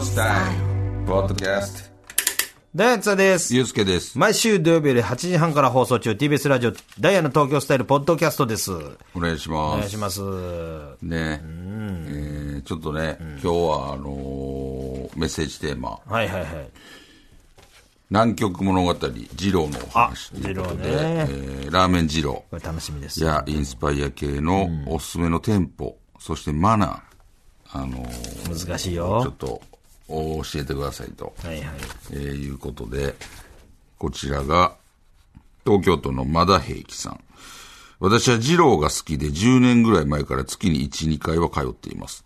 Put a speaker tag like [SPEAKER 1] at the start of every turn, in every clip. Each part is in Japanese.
[SPEAKER 1] スタイルポッドキャスト
[SPEAKER 2] ダイアンツァです。
[SPEAKER 1] ゆうすけです
[SPEAKER 2] 毎週土曜日より8時半から放送中、TBS ラジオ、ダイアンの東京スタイルポッドキャストです。お
[SPEAKER 1] お願いしま
[SPEAKER 2] 願い
[SPEAKER 1] す
[SPEAKER 2] します。
[SPEAKER 1] ねえーちょっとね、今日はあのーメッセージテーマ
[SPEAKER 2] はいはいはい。
[SPEAKER 1] 「南極物語二郎のお話」ということで、
[SPEAKER 2] 二郎ね
[SPEAKER 1] えーラーメン二郎
[SPEAKER 2] これ楽しみです。
[SPEAKER 1] やインスパイア系のおすすめの店舗、そしてマナー、あのー
[SPEAKER 2] 難しい
[SPEAKER 1] ちょっ
[SPEAKER 2] よ。
[SPEAKER 1] とお教えてくださいと、
[SPEAKER 2] はいはい。
[SPEAKER 1] えーいうことで、こちらが、東京都のマダ平気さん。私は二郎が好きで10年ぐらい前から月に1、2回は通っています。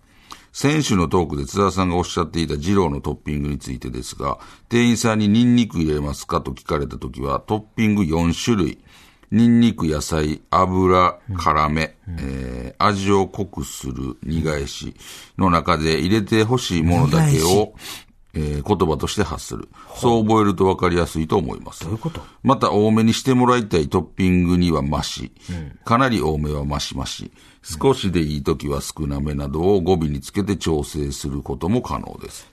[SPEAKER 1] 先週のトークで津田さんがおっしゃっていた二郎のトッピングについてですが、店員さんにニンニク入れますかと聞かれた時は、トッピング4種類。ニンニク、野菜、油、辛め、えー味を濃くする煮返しの中で入れてほしいものだけを、えー言葉として発する。そう覚えると分かりやすいと思います。どういうことまた多めにしてもらいたいトッピングには増し、かなり多めは増し増し、少しでいい時は少なめなどを語尾につけて調整することも可能です。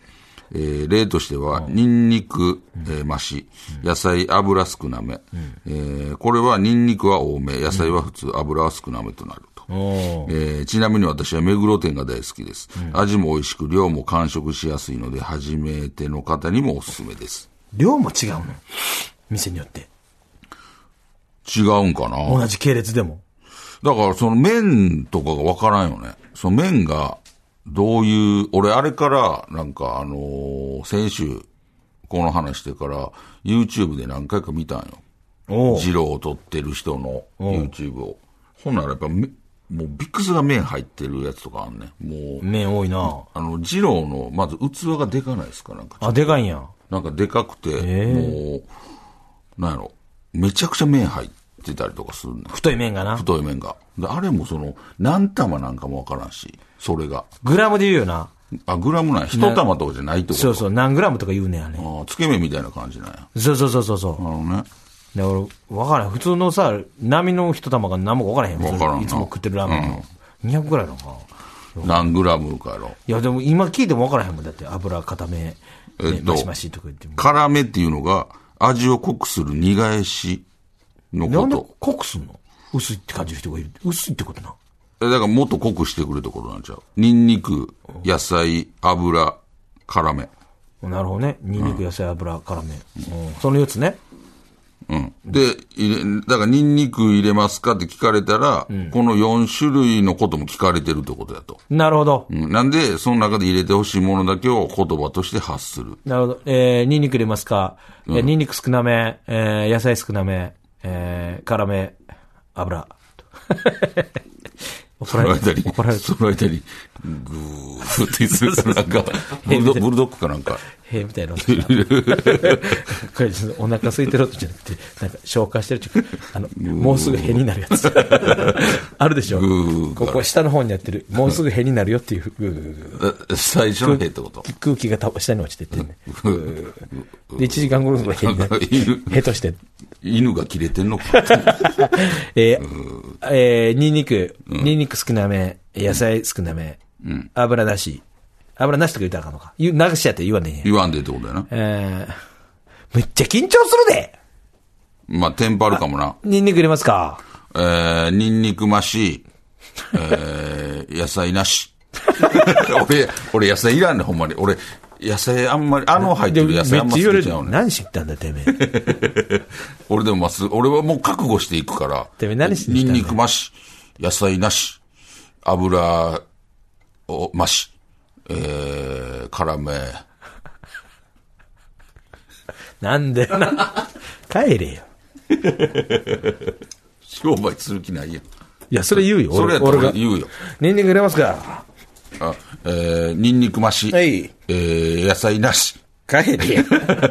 [SPEAKER 1] えー例としては、ニンニク、えー増し、野菜、油少なめ、えーこれはニンニクは多め、野菜は普通、油は少なめとなると。
[SPEAKER 2] おー
[SPEAKER 1] えーちなみに私は目黒店が大好きです、味も美味しく量も完食しやすいので初めての方にもおすすめです
[SPEAKER 2] 量も違うの。店によって。
[SPEAKER 1] 違うんかな
[SPEAKER 2] 同じ系列でも。
[SPEAKER 1] だからその麺とかがわからんよねその麺がどういう俺あれからなんかあのー先週この話してから YouTube で何回か見たんよ
[SPEAKER 2] おー
[SPEAKER 1] 二郎を撮ってる人の YouTube をほんならやっぱめもうビックスが麺入ってるやつとかあんねもう
[SPEAKER 2] 麺多いな。
[SPEAKER 1] あの二郎のまず器がでかないですかなんか
[SPEAKER 2] あ、でかいんや。
[SPEAKER 1] なんかでかくて、もう、なんやろ、めちゃくちゃ麺入ってたりとかするね。
[SPEAKER 2] 太い麺がな。
[SPEAKER 1] 太い麺が。で、あれもその、何玉なんかもわからんし、それが。
[SPEAKER 2] グラムで言うよな。
[SPEAKER 1] あ、グラムなんや。一玉とかじゃないってこと
[SPEAKER 2] そうそう、何グラムとか言うねんあれ。
[SPEAKER 1] あーつけ麺みたいな感じなんや。
[SPEAKER 2] そうそうそうそうそう。
[SPEAKER 1] なるほどね。
[SPEAKER 2] で俺、わからん。普通のさ、波の一玉が何もわからへん。
[SPEAKER 1] わからんない
[SPEAKER 2] つも食ってるラーメンの。200ぐらいのかな。
[SPEAKER 1] 何グラムかやろ。
[SPEAKER 2] いや、でも今聞いてもわからへんもん。だって油固め、ね
[SPEAKER 1] えっと
[SPEAKER 2] マシマシとか言っても。
[SPEAKER 1] 辛めっていうのが、味を濃くする煮返しの
[SPEAKER 2] なんで
[SPEAKER 1] こ
[SPEAKER 2] 濃くすんの薄いって感じる人がいる。薄いってことな。
[SPEAKER 1] と。えだからもっと濃くしてくれところなんちゃう。ニンニク、野菜、油、辛め。
[SPEAKER 2] なるほどね。ニンニク、野菜、油、辛め。うんその4つね。
[SPEAKER 1] うん。で、入れ、だから、ニンニク入れますかって聞かれたら、この4種類のことも聞かれてるってことだと。
[SPEAKER 2] なるほど。
[SPEAKER 1] うん。なんで、その中で入れてほしいものだけを言葉として発する。
[SPEAKER 2] なるほど。えー、ニンニク入れますか、えーニンニク少なめ、えー、野菜少なめ、えー、辛め、 油。怒
[SPEAKER 1] そ
[SPEAKER 2] ら
[SPEAKER 1] の
[SPEAKER 2] れ
[SPEAKER 1] 間
[SPEAKER 2] る。
[SPEAKER 1] に
[SPEAKER 2] 怒られ、る。
[SPEAKER 1] その間に、ぐーってする からなんか、ブルドブルドッグかなんか。
[SPEAKER 2] へえみたいな音が これちょっとお腹空いてる音じゃなくてなんか消化してるっていうかあのもうすぐへになるや つあるでしょ
[SPEAKER 1] ー
[SPEAKER 2] ここ下の方にやってるもうすぐへになるよっていうグーグーグーグ
[SPEAKER 1] え最初のへってこと。
[SPEAKER 2] ー空気がた下に落ちてってねで1時間後ぐらいへになる
[SPEAKER 1] 犬
[SPEAKER 2] へとして
[SPEAKER 1] 犬が切れてんのか。
[SPEAKER 2] えーえーニンニクニンニク少なめ野菜少なめ油なし油なしとか言ったらあかんのか言う流しやって言わねえんや
[SPEAKER 1] 言わんでってことやな。
[SPEAKER 2] えーめっちゃ緊張するで
[SPEAKER 1] まあ、テンパるかもな。
[SPEAKER 2] ニンニク入れますか
[SPEAKER 1] えー、ニンニク増し、えー、野菜なし。 俺、俺野菜いらんねん、ほんまに。俺、野菜あんまり、あの入ってる野菜あんま
[SPEAKER 2] めっ
[SPEAKER 1] 好
[SPEAKER 2] ちゃ言われ
[SPEAKER 1] きちゃう
[SPEAKER 2] る。
[SPEAKER 1] ねん。
[SPEAKER 2] 何しに行ったんだ、てめえ。
[SPEAKER 1] 俺でもます、俺はもう覚悟していくから。
[SPEAKER 2] てめえ何しに
[SPEAKER 1] ニ
[SPEAKER 2] 来た
[SPEAKER 1] ン
[SPEAKER 2] んだ
[SPEAKER 1] ニク増し、野菜なし、油を増し、えー、辛め。
[SPEAKER 2] なんでな。 帰れよ。
[SPEAKER 1] 商売する気ないやん。
[SPEAKER 2] いや、それ言うよ。
[SPEAKER 1] それやった
[SPEAKER 2] 俺
[SPEAKER 1] ら
[SPEAKER 2] が。
[SPEAKER 1] 言うよ。
[SPEAKER 2] ニンニク入れますか
[SPEAKER 1] あえー、ニンニク増し、
[SPEAKER 2] はい
[SPEAKER 1] えー、野菜なし。
[SPEAKER 2] 帰れよ。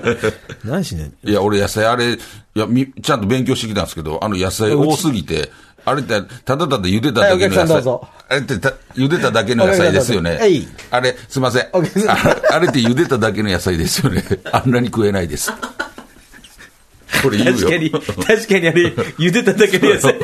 [SPEAKER 2] 何しね
[SPEAKER 1] いや、俺野菜あれ、いや、み、ちゃんと勉強してきたんですけど、あの野菜多すぎて、あれって、ただただ茹でただけの野菜。
[SPEAKER 2] はいお客さんどうぞ
[SPEAKER 1] あれってた、茹でただけの野菜ですよね
[SPEAKER 2] お客さんどうぞはい。
[SPEAKER 1] あれ、すいません。あ
[SPEAKER 2] お客さん
[SPEAKER 1] あれって茹でただけの野菜ですよね。あんなに食えないです。これ言う
[SPEAKER 2] 確
[SPEAKER 1] よ。
[SPEAKER 2] かに、確かにあれ、茹でただけで野菜。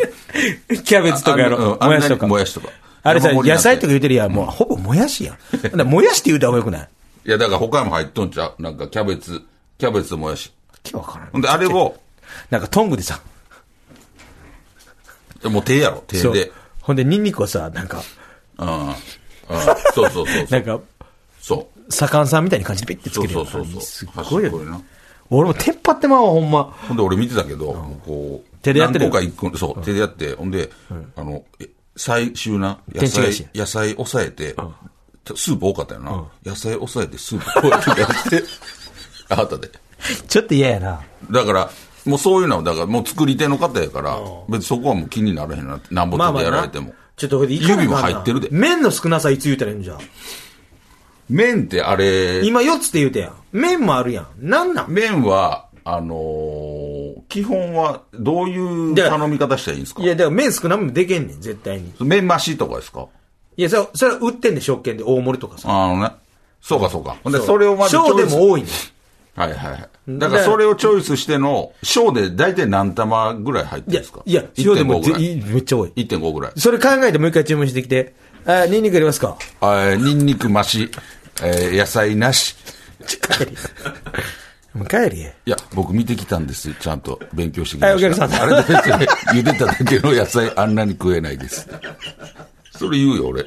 [SPEAKER 2] キャベツとかや
[SPEAKER 1] あ
[SPEAKER 2] ろ。
[SPEAKER 1] あんなに
[SPEAKER 2] もやし
[SPEAKER 1] もやしと
[SPEAKER 2] とか。
[SPEAKER 1] か
[SPEAKER 2] あれさ、
[SPEAKER 1] 山盛りなん
[SPEAKER 2] 野
[SPEAKER 1] て
[SPEAKER 2] 菜とか言うてるやん、もうほぼもやしやん。ほんならもやしって言うた方がよくない
[SPEAKER 1] いや、だから他も入っとんちゃうなんかキャベツ、キャベツともやし。
[SPEAKER 2] けわからん
[SPEAKER 1] ほんで、あれを、
[SPEAKER 2] なんかトングでさ、
[SPEAKER 1] いやもう手やろ、手
[SPEAKER 2] そう
[SPEAKER 1] で。
[SPEAKER 2] ほんで、ニンニクをさ、なんか、
[SPEAKER 1] うん。うんそうそうそうそ
[SPEAKER 2] な
[SPEAKER 1] う。
[SPEAKER 2] んか、
[SPEAKER 1] そう。
[SPEAKER 2] 左官さんみたいに感じでピッてつ
[SPEAKER 1] そ
[SPEAKER 2] け
[SPEAKER 1] う
[SPEAKER 2] る
[SPEAKER 1] そ
[SPEAKER 2] よ
[SPEAKER 1] うそうそう。
[SPEAKER 2] すっごいよ
[SPEAKER 1] 端っこ
[SPEAKER 2] ね。
[SPEAKER 1] にな
[SPEAKER 2] 俺も手っ張ってまうわ、ほんま。
[SPEAKER 1] ほんで俺見てたけど、もうこう。
[SPEAKER 2] 手でやってる
[SPEAKER 1] 何個か一個、そう、手でやって、ほんで、あの、え最終な、野
[SPEAKER 2] 天地返し
[SPEAKER 1] 菜、野菜抑えて、スープ多かったよな。野菜抑えてスープこうやってやって、 あったで。
[SPEAKER 2] ちょっと嫌やな。
[SPEAKER 1] だから、もうそういうのは、だからもう作り手の方やから、別にそこはもう気にならへんなって、なんぼ手でやられても
[SPEAKER 2] な。ちょっとほいでいかなあかんな
[SPEAKER 1] 指も入ってるで
[SPEAKER 2] 麺の少なさいつ言うたらいいんじゃん。
[SPEAKER 1] 麺ってあれ、
[SPEAKER 2] 今4つって言うたやん。麺もあるやん。なんなん
[SPEAKER 1] 麺は、あのー基本はどういう
[SPEAKER 2] で
[SPEAKER 1] 頼み方したらいいんですか
[SPEAKER 2] いや、だから麺少なめもでけんねん、絶対に。
[SPEAKER 1] 麺増しとかですか
[SPEAKER 2] いや、それは、それは売ってんで、食券で大盛りとかさ。
[SPEAKER 1] あのね。そうかそうか。ほんで、それをまずチ
[SPEAKER 2] 小
[SPEAKER 1] ョ
[SPEAKER 2] で
[SPEAKER 1] イス。
[SPEAKER 2] も多いねん。
[SPEAKER 1] はいはいはい。だからそれをチョイスしての、小で大体何玉ぐらい入ってる
[SPEAKER 2] い
[SPEAKER 1] ん
[SPEAKER 2] や
[SPEAKER 1] ですか、
[SPEAKER 2] いや、小でも
[SPEAKER 1] 1.5ぐらい。
[SPEAKER 2] ぜめっちゃ多い。
[SPEAKER 1] 1.5ぐらい。
[SPEAKER 2] それ考えてもう一回注文してきて。あ、ニンニク入れますか
[SPEAKER 1] えー、ニンニク増し、えー野菜なし。
[SPEAKER 2] 帰り。もう帰り。
[SPEAKER 1] いや、僕見てきたんです。ちゃんと勉強してきました。
[SPEAKER 2] はいお客さん
[SPEAKER 1] あれだけ、茹でただけの野菜あんなに食えないです。それ言うよ、俺。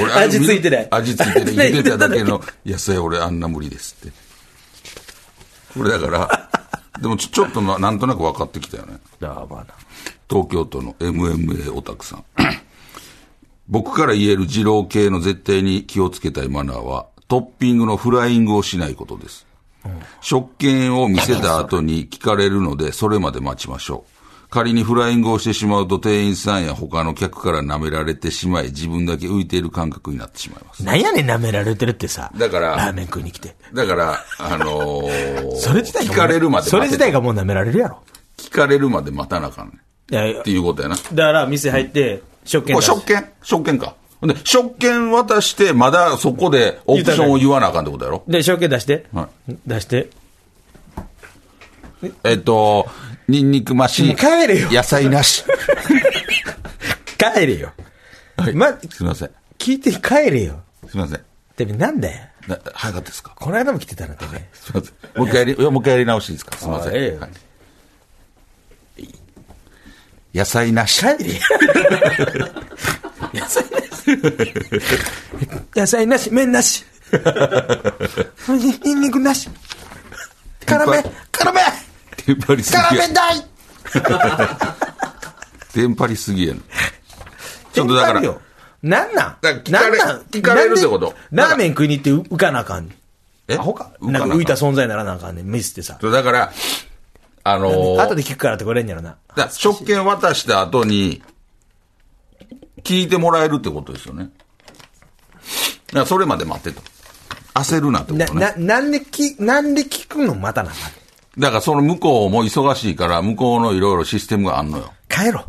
[SPEAKER 1] 俺
[SPEAKER 2] 味付いてない
[SPEAKER 1] 味付いて ない。
[SPEAKER 2] 味付
[SPEAKER 1] 茹
[SPEAKER 2] いて
[SPEAKER 1] で
[SPEAKER 2] ない
[SPEAKER 1] ただけの野菜俺あんな無理ですって。これだから、でもちょちょっとななんとなく分かってきたよね。
[SPEAKER 2] あまあな。
[SPEAKER 1] 東京都の MMA オタクさん。 僕から言える二郎系の絶対に気をつけたいマナーは、トッピングのフライングをしないことです。食券を見せた後に聞かれるので、それまで待ちましょう。仮にフライングをしてしまうと、店員さんや他の客から舐められてしまい、自分だけ浮いている感覚になってしまいます。
[SPEAKER 2] なんやねん、舐められてるってさ。
[SPEAKER 1] だから
[SPEAKER 2] ラーメン食いに来て。
[SPEAKER 1] だから、あのー
[SPEAKER 2] それ自
[SPEAKER 1] 聞
[SPEAKER 2] 体がもう
[SPEAKER 1] かれるまで
[SPEAKER 2] それ
[SPEAKER 1] 待
[SPEAKER 2] 自
[SPEAKER 1] て
[SPEAKER 2] 体がもう舐められるやろ。
[SPEAKER 1] 聞かれるまで待たなあかんねん。
[SPEAKER 2] いや、だ
[SPEAKER 1] っていうことやな。
[SPEAKER 2] から店入って、食券
[SPEAKER 1] これ
[SPEAKER 2] 出す
[SPEAKER 1] 食券食券か。ほんで、食券渡して、まだそこでオプションを言わなあかんってことやろ
[SPEAKER 2] で、証券出して。
[SPEAKER 1] は
[SPEAKER 2] 出して。
[SPEAKER 1] えっと、ニンニク増し。
[SPEAKER 2] 帰れよ
[SPEAKER 1] 野菜なし。
[SPEAKER 2] 帰れよ。
[SPEAKER 1] はい
[SPEAKER 2] ま、
[SPEAKER 1] すいません。
[SPEAKER 2] 聞いて帰れよ。
[SPEAKER 1] すいません。
[SPEAKER 2] てめえなんだよ。
[SPEAKER 1] な早かったですか
[SPEAKER 2] この間も来てたな、てめえ。
[SPEAKER 1] すいません。もう一回やり、いやもう一回やり直していいですかすいません。
[SPEAKER 2] あええよ
[SPEAKER 1] はい野菜なし。
[SPEAKER 2] 帰れよ。野菜なし。野菜なし、麺なし。 にニンニクなし。辛め、辛め、
[SPEAKER 1] テンパりすぎや。
[SPEAKER 2] 辛め大
[SPEAKER 1] テンパりすぎやな。ちょっとだ
[SPEAKER 2] な
[SPEAKER 1] か
[SPEAKER 2] ん
[SPEAKER 1] ら、
[SPEAKER 2] なんなん
[SPEAKER 1] だから聞かれ
[SPEAKER 2] なんなん
[SPEAKER 1] 聞かれるってこと
[SPEAKER 2] なんで
[SPEAKER 1] だから
[SPEAKER 2] ラーメン食いに行って浮かなあかんねん。
[SPEAKER 1] え
[SPEAKER 2] アホか。
[SPEAKER 1] 浮かな
[SPEAKER 2] な
[SPEAKER 1] あか
[SPEAKER 2] ん
[SPEAKER 1] ん
[SPEAKER 2] か浮いた存在にならなあかんねん。ミスってさ。
[SPEAKER 1] そうだから、あのー
[SPEAKER 2] 後で聞くからってこれんやろな。
[SPEAKER 1] だから食券渡した後に、聞いてもらえるってことですよね。だからそれまで待ってと。焦るなってこと
[SPEAKER 2] な、
[SPEAKER 1] ね。
[SPEAKER 2] な、なんでき、なんで聞くのまたなあかんねん
[SPEAKER 1] だからその向こうも忙しいから、向こうのいろいろシステムがあんのよ。
[SPEAKER 2] 帰ろ。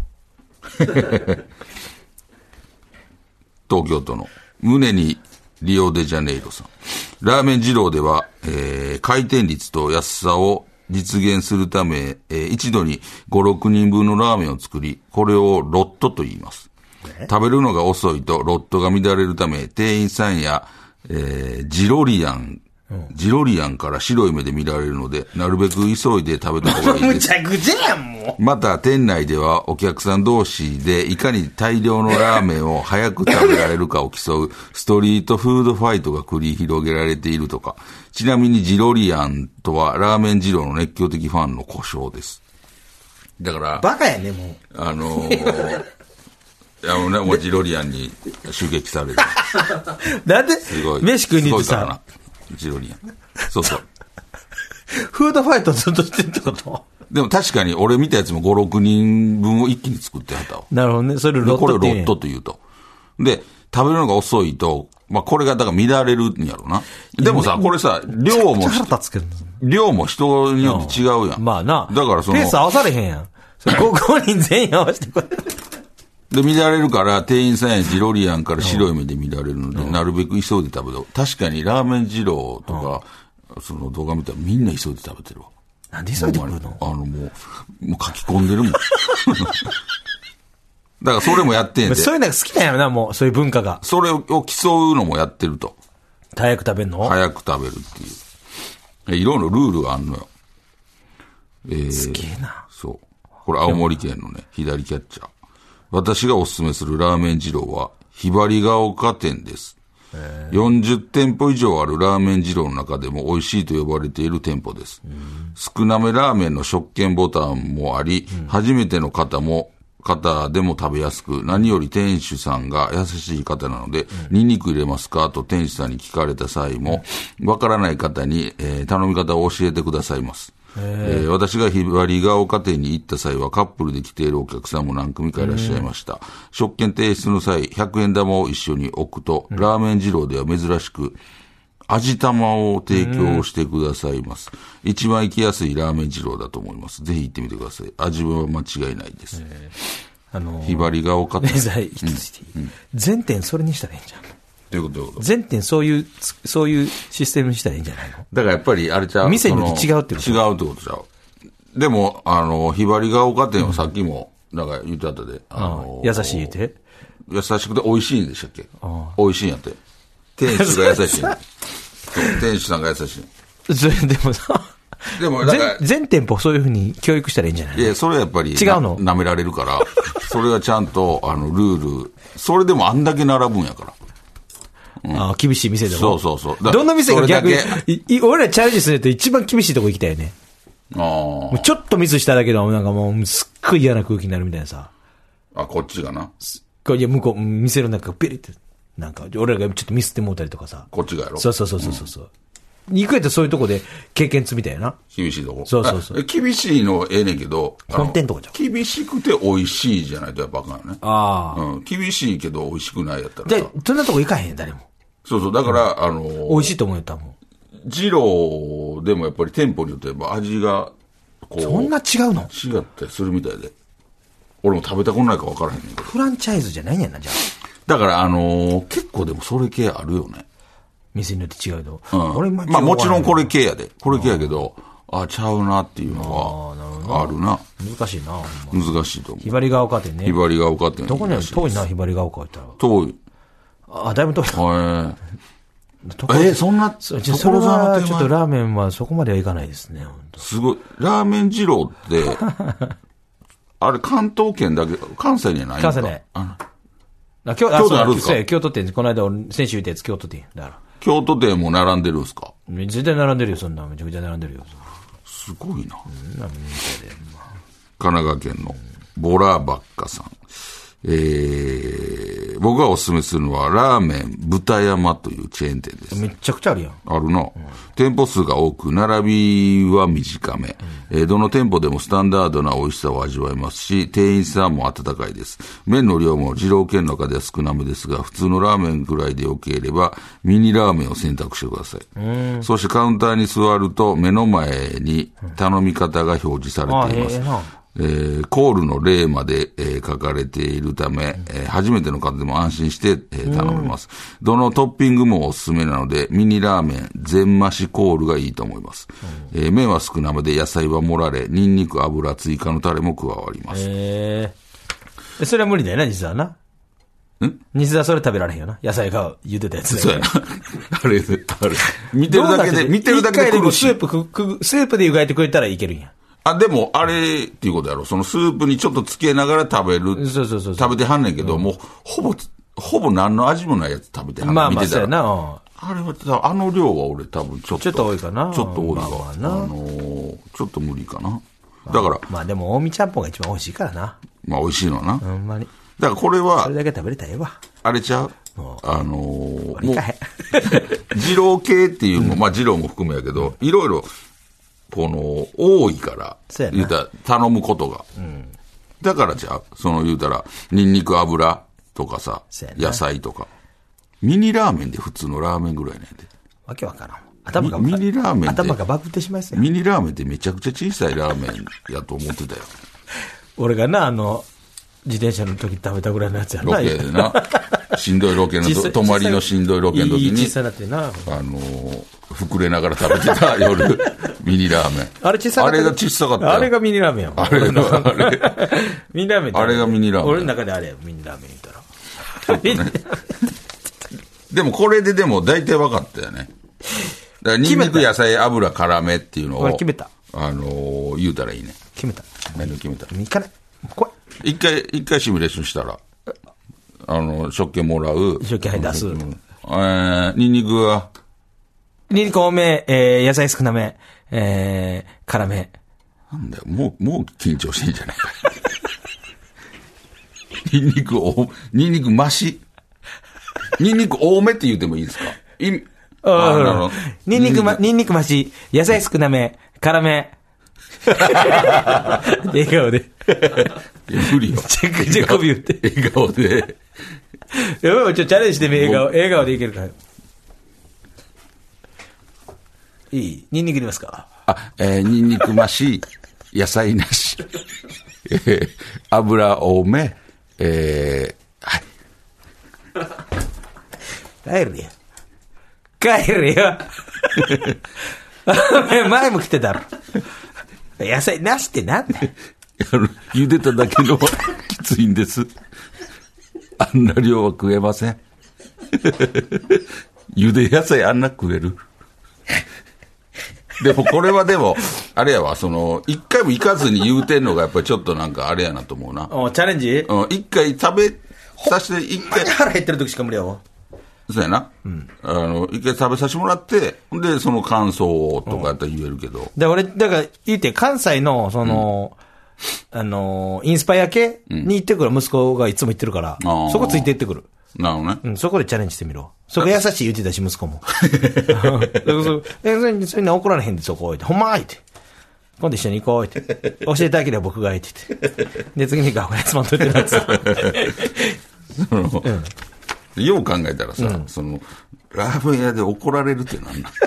[SPEAKER 1] 東京都の。胸にリオデジャネイロさん。ラーメン二郎では、えー回転率と安さを実現するため、えー一度に5、6人分のラーメンを作り、これをロットと言います。食べるのが遅いとロットが乱れるため、店員さんや、えージロリアン、ジロリアンから白い目で見られるので、なるべく急いで食べ た方がいいです。
[SPEAKER 2] むちゃくちゃやん、も
[SPEAKER 1] また店内ではお客さん同士でいかに大量のラーメンを早く食べられるかを競うストリートフードファイトが繰り広げられているとか、ちなみにジロリアンとはラーメン二郎の熱狂的ファンの故障です。だから
[SPEAKER 2] う。、バカやね、もう。
[SPEAKER 1] あのー、あのね、もうジロリアンに襲撃される。
[SPEAKER 2] なんです
[SPEAKER 1] ごい。
[SPEAKER 2] 飯食いに行って
[SPEAKER 1] すごい
[SPEAKER 2] さ、
[SPEAKER 1] からなジロリアン。そうそう。
[SPEAKER 2] フードファイトずっとしてるってこと
[SPEAKER 1] でも確かに俺見たやつも5、6人分を一気に作ってはったわ。
[SPEAKER 2] なるほどね。それ
[SPEAKER 1] で
[SPEAKER 2] ロッ
[SPEAKER 1] これを
[SPEAKER 2] トっ
[SPEAKER 1] ロ
[SPEAKER 2] て
[SPEAKER 1] ッ
[SPEAKER 2] 言うんや
[SPEAKER 1] トというと。で、食べるのが遅いと、まあこれがだから乱れるんやろな。でもさ、これさ、量も、
[SPEAKER 2] 腹立つけどな
[SPEAKER 1] 量も人によって違うやん。
[SPEAKER 2] まあな。
[SPEAKER 1] だからその、
[SPEAKER 2] ペース合わされへんやん。それ 5, 5人全員合わせてこれ。
[SPEAKER 1] で、乱れるから、店員さんやジロリアンから白い目で見られるので、なるべく急いで食べた方確かにラーメン二郎とか、その動画見たらみんな急いで食べてるわ。
[SPEAKER 2] なんで急いで食
[SPEAKER 1] ほん
[SPEAKER 2] う
[SPEAKER 1] まに
[SPEAKER 2] の
[SPEAKER 1] あのもう、もう書き込んでるもん。 だからそれもやってんで。
[SPEAKER 2] そういうのが好きなんやろな、もう。そういう文化が。
[SPEAKER 1] それを競うのもやってると。
[SPEAKER 2] 早く食べんの、
[SPEAKER 1] 早く食べるっていうえ。いろいろルールがあんのよ。えー
[SPEAKER 2] すげえな。
[SPEAKER 1] そう。これ青森県のね、左キャッチャー。私がおすすめするラーメン二郎は、ひばりが丘店です。40店舗以上あるラーメン二郎の中でも美味しいと呼ばれている店舗です。少なめラーメンの食券ボタンもあり、初めての方も、方でも食べやすく、何より店主さんが優しい方なので、ニンニク入れますかと店主さんに聞かれた際も、わからない方に、えー頼み方を教えてくださいます。えー私がひばりが丘店に行った際はカップルで来ているお客さんも何組かいらっしゃいました。食券提出の際、100円玉を一緒に置くと、ラーメン二郎では珍しく、味玉を提供してくださいます。一番行きやすいラーメン二郎だと思います。ぜひ行ってみてください。味は間違いないです。
[SPEAKER 2] あのー
[SPEAKER 1] ひばりが丘店
[SPEAKER 2] ね。じゃあ一つしていい、全店それにしたらいいんじゃん。
[SPEAKER 1] ということどういうこと
[SPEAKER 2] 全店そういう、つそういうシステムにしたらいいんじゃないの
[SPEAKER 1] だからやっぱり、あれちゃう。
[SPEAKER 2] 店によって
[SPEAKER 1] その
[SPEAKER 2] 違うってこと
[SPEAKER 1] 違うってことちゃう。でも、あの、ひばりが丘店はさっきも、なんか言ってあったで、あの、
[SPEAKER 2] 優しい言うて。
[SPEAKER 1] 優しくて美味しいんでしたっけ美味しいんやって。店主が優しい んや。そう店主さんが優しいんや。
[SPEAKER 2] それでもさ、
[SPEAKER 1] でも、だから
[SPEAKER 2] 全、全店舗そういうふうに教育したらいいんじゃない
[SPEAKER 1] いや、それはやっぱり、
[SPEAKER 2] 違うの
[SPEAKER 1] な舐められるから、それはちゃんと、あの、ルール、それでもあんだけ並ぶんやから。
[SPEAKER 2] ああ厳しい店でも。
[SPEAKER 1] そうそうそうだ
[SPEAKER 2] どんな店が逆に
[SPEAKER 1] それだ、
[SPEAKER 2] いい俺らチャレンジすると一番厳しいとこ行きたいよね。
[SPEAKER 1] あ
[SPEAKER 2] もうちょっとミスしただけでもなんかもうすっごい嫌な空気になるみたいなさ。
[SPEAKER 1] あ。あ、こっちがな。
[SPEAKER 2] こういや、向こう、うん店の中がピリって、なんか、俺らがちょっとミスってもうたりとかさ。
[SPEAKER 1] こっちがやろ。
[SPEAKER 2] そうそうそうそうそう。行くやったらそういうとこで経験積みたいな。
[SPEAKER 1] 厳しいとこ。
[SPEAKER 2] そうそうそう
[SPEAKER 1] あ 厳しいのええねんけど、あの
[SPEAKER 2] 本店とかじゃ
[SPEAKER 1] 厳しくて美味しいじゃないとやっぱあかんよね。
[SPEAKER 2] ああ。
[SPEAKER 1] うん、厳しいけど美味しくないやったら
[SPEAKER 2] で
[SPEAKER 1] さ。、
[SPEAKER 2] そんなとこ行かへんよ、誰も。
[SPEAKER 1] そうそう、だから、あの
[SPEAKER 2] 美
[SPEAKER 1] ー、
[SPEAKER 2] 味しいと思うよ、多分。
[SPEAKER 1] 二郎でもやっぱり店舗によってやっぱ味が、こう、
[SPEAKER 2] そんな違うの
[SPEAKER 1] 違ったりするみたいで。俺も食べたことないから分からへんねんけど。
[SPEAKER 2] フランチャイズじゃないんやな、じゃあ。
[SPEAKER 1] だから、あのー結構でもそれ系あるよね。
[SPEAKER 2] 店によって違うと。
[SPEAKER 1] うん。
[SPEAKER 2] 俺
[SPEAKER 1] まあもちろんこれ
[SPEAKER 2] 難
[SPEAKER 1] 系やで。これ系やけど、あ、ちゃうなっていうのは、あるな。
[SPEAKER 2] しいな、ほんま。
[SPEAKER 1] 難しいと思
[SPEAKER 2] ひ
[SPEAKER 1] う。
[SPEAKER 2] ばりが丘店ね
[SPEAKER 1] ひ。ばりが丘店。
[SPEAKER 2] どこにある遠いな、ひばりが丘行ったら。
[SPEAKER 1] 遠い。
[SPEAKER 2] あ、だいぶ遠いな。
[SPEAKER 1] は
[SPEAKER 2] と
[SPEAKER 1] い。え、そんな、所
[SPEAKER 2] そうじゃあそれ
[SPEAKER 1] 沢
[SPEAKER 2] は
[SPEAKER 1] の
[SPEAKER 2] ち
[SPEAKER 1] 手
[SPEAKER 2] ょっと
[SPEAKER 1] 前。
[SPEAKER 2] ラーメンはそこまではいかないですね、ほんと
[SPEAKER 1] すごい。ラーメン二郎って、 あれ関東圏だけ、関西にはないんだ
[SPEAKER 2] 関西ね
[SPEAKER 1] あの
[SPEAKER 2] あ京
[SPEAKER 1] 京都あるんですか
[SPEAKER 2] そうや京都店、この間俺、先週言ったやつ、京都店。だか。
[SPEAKER 1] 京都店も並んでるんですから
[SPEAKER 2] 絶対並んでるよ、そんな。めちゃくちゃ並んでるよ。
[SPEAKER 1] すごいな。神奈川県のボラバッカさん。えー、僕がおすすめするのは、ラーメン豚山というチェーン店です。
[SPEAKER 2] めっちゃくちゃあるやん。
[SPEAKER 1] あるな、店舗数が多く、並びは短め、えーどの店舗でもスタンダードな美味しさを味わえますし、店員さんも温かいです。麺の量も二郎系の中では少なめですが、普通のラーメンぐらいでよければ、ミニラーメンを選択してください。そしてカウンターに座ると、目の前に頼み方が表示されていま
[SPEAKER 2] あえ
[SPEAKER 1] す
[SPEAKER 2] えな。
[SPEAKER 1] えーコールの例まで、えー書かれているため、えー初めての方でも安心して、えー頼めます。どのトッピングもおすすめなので、ミニラーメン、全増しコールがいいと思います。えー麺は少なめで野菜は盛られ、ニンニク、油、追加のタレも加わります。
[SPEAKER 2] ええ。それは無理だよな、西沢な。ん西沢それ食べられへんよな。野菜が茹でたやつ
[SPEAKER 1] そう
[SPEAKER 2] だ
[SPEAKER 1] や
[SPEAKER 2] よ。
[SPEAKER 1] な。あれ、あれ。見てるだけで、見てるだけで
[SPEAKER 2] で
[SPEAKER 1] 苦
[SPEAKER 2] も
[SPEAKER 1] し
[SPEAKER 2] スー
[SPEAKER 1] い。
[SPEAKER 2] プく、く、スープで湯がいてくれたらいけるんや。
[SPEAKER 1] あ、でも、あれっていうことやろ。そのスープにちょっとつけながら食べる。
[SPEAKER 2] そうそうそうそう
[SPEAKER 1] 食べてはんねんけど、もう、ほぼ、ほぼ何の味もないやつ食べてはんねん。
[SPEAKER 2] まあ
[SPEAKER 1] 見
[SPEAKER 2] まあ、
[SPEAKER 1] て
[SPEAKER 2] そ
[SPEAKER 1] た
[SPEAKER 2] う
[SPEAKER 1] ら
[SPEAKER 2] や。な。うん
[SPEAKER 1] あれは多分、あの量は俺多分ちょっと。
[SPEAKER 2] ちょっと多いかな
[SPEAKER 1] ちょっと多いわ。
[SPEAKER 2] まあ
[SPEAKER 1] あ
[SPEAKER 2] まあな
[SPEAKER 1] のーちょっと無理かな。だから、
[SPEAKER 2] まあでも、近江ちゃんぽんが一番美味しいからな。
[SPEAKER 1] まあ美味しいのはな。だ
[SPEAKER 2] ほんまに。
[SPEAKER 1] からこれ
[SPEAKER 2] そ
[SPEAKER 1] は
[SPEAKER 2] れ、だけ食べれたらええわ。
[SPEAKER 1] あれちゃう
[SPEAKER 2] も
[SPEAKER 1] あのー、
[SPEAKER 2] 俺
[SPEAKER 1] も
[SPEAKER 2] 行
[SPEAKER 1] う
[SPEAKER 2] か、へん。
[SPEAKER 1] 二郎系っていうのも、まあ二郎も含めやけど、いろいろ、この、多いから
[SPEAKER 2] そうや、な
[SPEAKER 1] 言うたら、頼むことが。だからじゃうその言うたら、ニンニク油とかさ
[SPEAKER 2] そう、やな
[SPEAKER 1] 野菜とか。ミニラーメンで普通のラーメンぐらいねんで。
[SPEAKER 2] わけわからん。頭が、
[SPEAKER 1] ミミニラーメンって
[SPEAKER 2] 頭がバグってしまいそうや
[SPEAKER 1] ミニラーメンってめちゃくちゃ小さいラーメンやと思ってたよ。
[SPEAKER 2] 俺がな、あの、自転車の時食べたぐらいのやつや
[SPEAKER 1] ロ
[SPEAKER 2] な。
[SPEAKER 1] ケでな。しんどいロケの
[SPEAKER 2] 実際
[SPEAKER 1] と、泊まりのしんどいロケの
[SPEAKER 2] い
[SPEAKER 1] 時
[SPEAKER 2] い小
[SPEAKER 1] に、
[SPEAKER 2] さなってな。
[SPEAKER 1] あのー、膨れながら食べてた夜、 ミニラーメン。
[SPEAKER 2] あれ小さか
[SPEAKER 1] あ
[SPEAKER 2] った。
[SPEAKER 1] れが小さかったよ。
[SPEAKER 2] あれがミニラーメンやもん。
[SPEAKER 1] あれが、あれ
[SPEAKER 2] ミニラーメンって
[SPEAKER 1] あれがミニラーメン
[SPEAKER 2] 俺の中であれや、ミニラーメン言うたら。
[SPEAKER 1] でもこれででも大体分かったよね。だから、ニンニク、野菜、油、辛めっていうのを。
[SPEAKER 2] 俺決めた。
[SPEAKER 1] あのー言うたらいいね。
[SPEAKER 2] 決めた。
[SPEAKER 1] 何を決めた
[SPEAKER 2] 行かない。怖い。
[SPEAKER 1] 一回、一回シミュレーションしたら、あの、食券もらう。
[SPEAKER 2] 食券はい出す
[SPEAKER 1] うんえー、ニンニクは、
[SPEAKER 2] ニンニク多め、えー、野菜少なめ、えー、辛め。
[SPEAKER 1] なんだよ、もう、もう緊張してんじゃない か。ニンニク多、ニンニク増し。ニンニク多めって言ってもいいですかいあなるほど
[SPEAKER 2] ニンニクま、ニンニク増し、野菜少なめ、辛め。笑顔で。
[SPEAKER 1] いや無理よ。
[SPEAKER 2] チェックチェックビューって。
[SPEAKER 1] 笑顔で。
[SPEAKER 2] やばい、ちょっとチャレンジしてみ、笑顔、笑顔でいけるから。いいニンニクいりますか
[SPEAKER 1] あ、えー、ニンニク増し、野菜なし、えー、油多め、えー、はい。
[SPEAKER 2] 帰るよ。帰る よ。お前前も来てたろ。野菜なしってなんだよ
[SPEAKER 1] あの 茹でただけ のきついんです。あんな量は食えません。 茹で野菜あんな食える。 でもこれはでも、あれやわ、その、一回も行かずに言うてんのがやっぱりちょっとなんかあれやなと思うな。
[SPEAKER 2] おチャレンジ
[SPEAKER 1] うん、一回食べさせて、一回、
[SPEAKER 2] 腹減ってる時しか無理やわ。
[SPEAKER 1] そうやな。あの、一回食べさせてもらって、ほんで、その感想をとかやったら言えるけど。
[SPEAKER 2] で、俺、だから、言って、関西の、その、あの、インスパイア系に行ってくる息子がいつも行ってるから、
[SPEAKER 1] あー
[SPEAKER 2] そこついて行ってくる。
[SPEAKER 1] なるほどね
[SPEAKER 2] う。ん、そこでチャレンジしてみろ。そこ優しい言ってたし、息子も。だからそうえそんそんな怒られへんで、そこ、って。ほんま言って。今度一緒に行こう、って。教えてあげれば僕が、って言って。で、次に学校休まんといて なって。
[SPEAKER 1] そのよう考えたらさ、その、ラーメン屋で怒られるってなんなん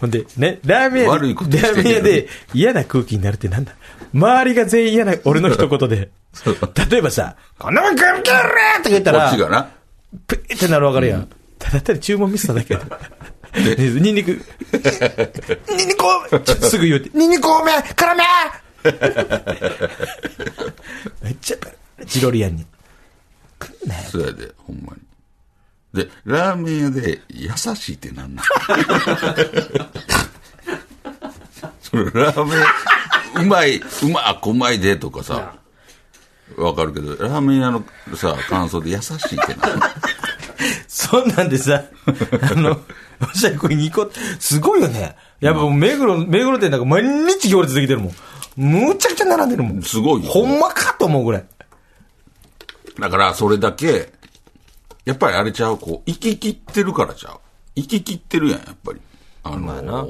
[SPEAKER 2] ほんで、ね、ラーメン屋
[SPEAKER 1] 悪いこと
[SPEAKER 2] で、
[SPEAKER 1] し
[SPEAKER 2] ラ
[SPEAKER 1] てる
[SPEAKER 2] ーメン屋で嫌な空気になるってなんだ周りが全員嫌な、俺の一言 で。例えばさ、こんなもん食うけろとか言った
[SPEAKER 1] こ
[SPEAKER 2] ら、
[SPEAKER 1] っちがな。
[SPEAKER 2] プイってなるわかるやん。ただただ注文ミスっただけやで。ニンニク、ニンニク多めちょっとすぐ言うて、ニンニク多め辛めめっちゃ、ジロリアンに。
[SPEAKER 1] そうやで、ほんまに。で、ラーメン屋で優しいってなんなん そのラーメン、うまい、うまい、あ、こううまいでとかさ、わかるけど、ラーメン屋のさ、感想で優しいってなん なん
[SPEAKER 2] そんなんでさ、 あの、おしゃれこに行こう。すごいよね。やっぱもう目黒、目黒店なんか毎日行列できてるもん。むちゃくちゃ並んでるもん。
[SPEAKER 1] すごいよ
[SPEAKER 2] ほんまかと思うぐらい。
[SPEAKER 1] だから、それだけ、やっぱりあれちゃう、こう、生き切ってるからちゃう。生き切ってるやん、やっぱり。あのー
[SPEAKER 2] まあな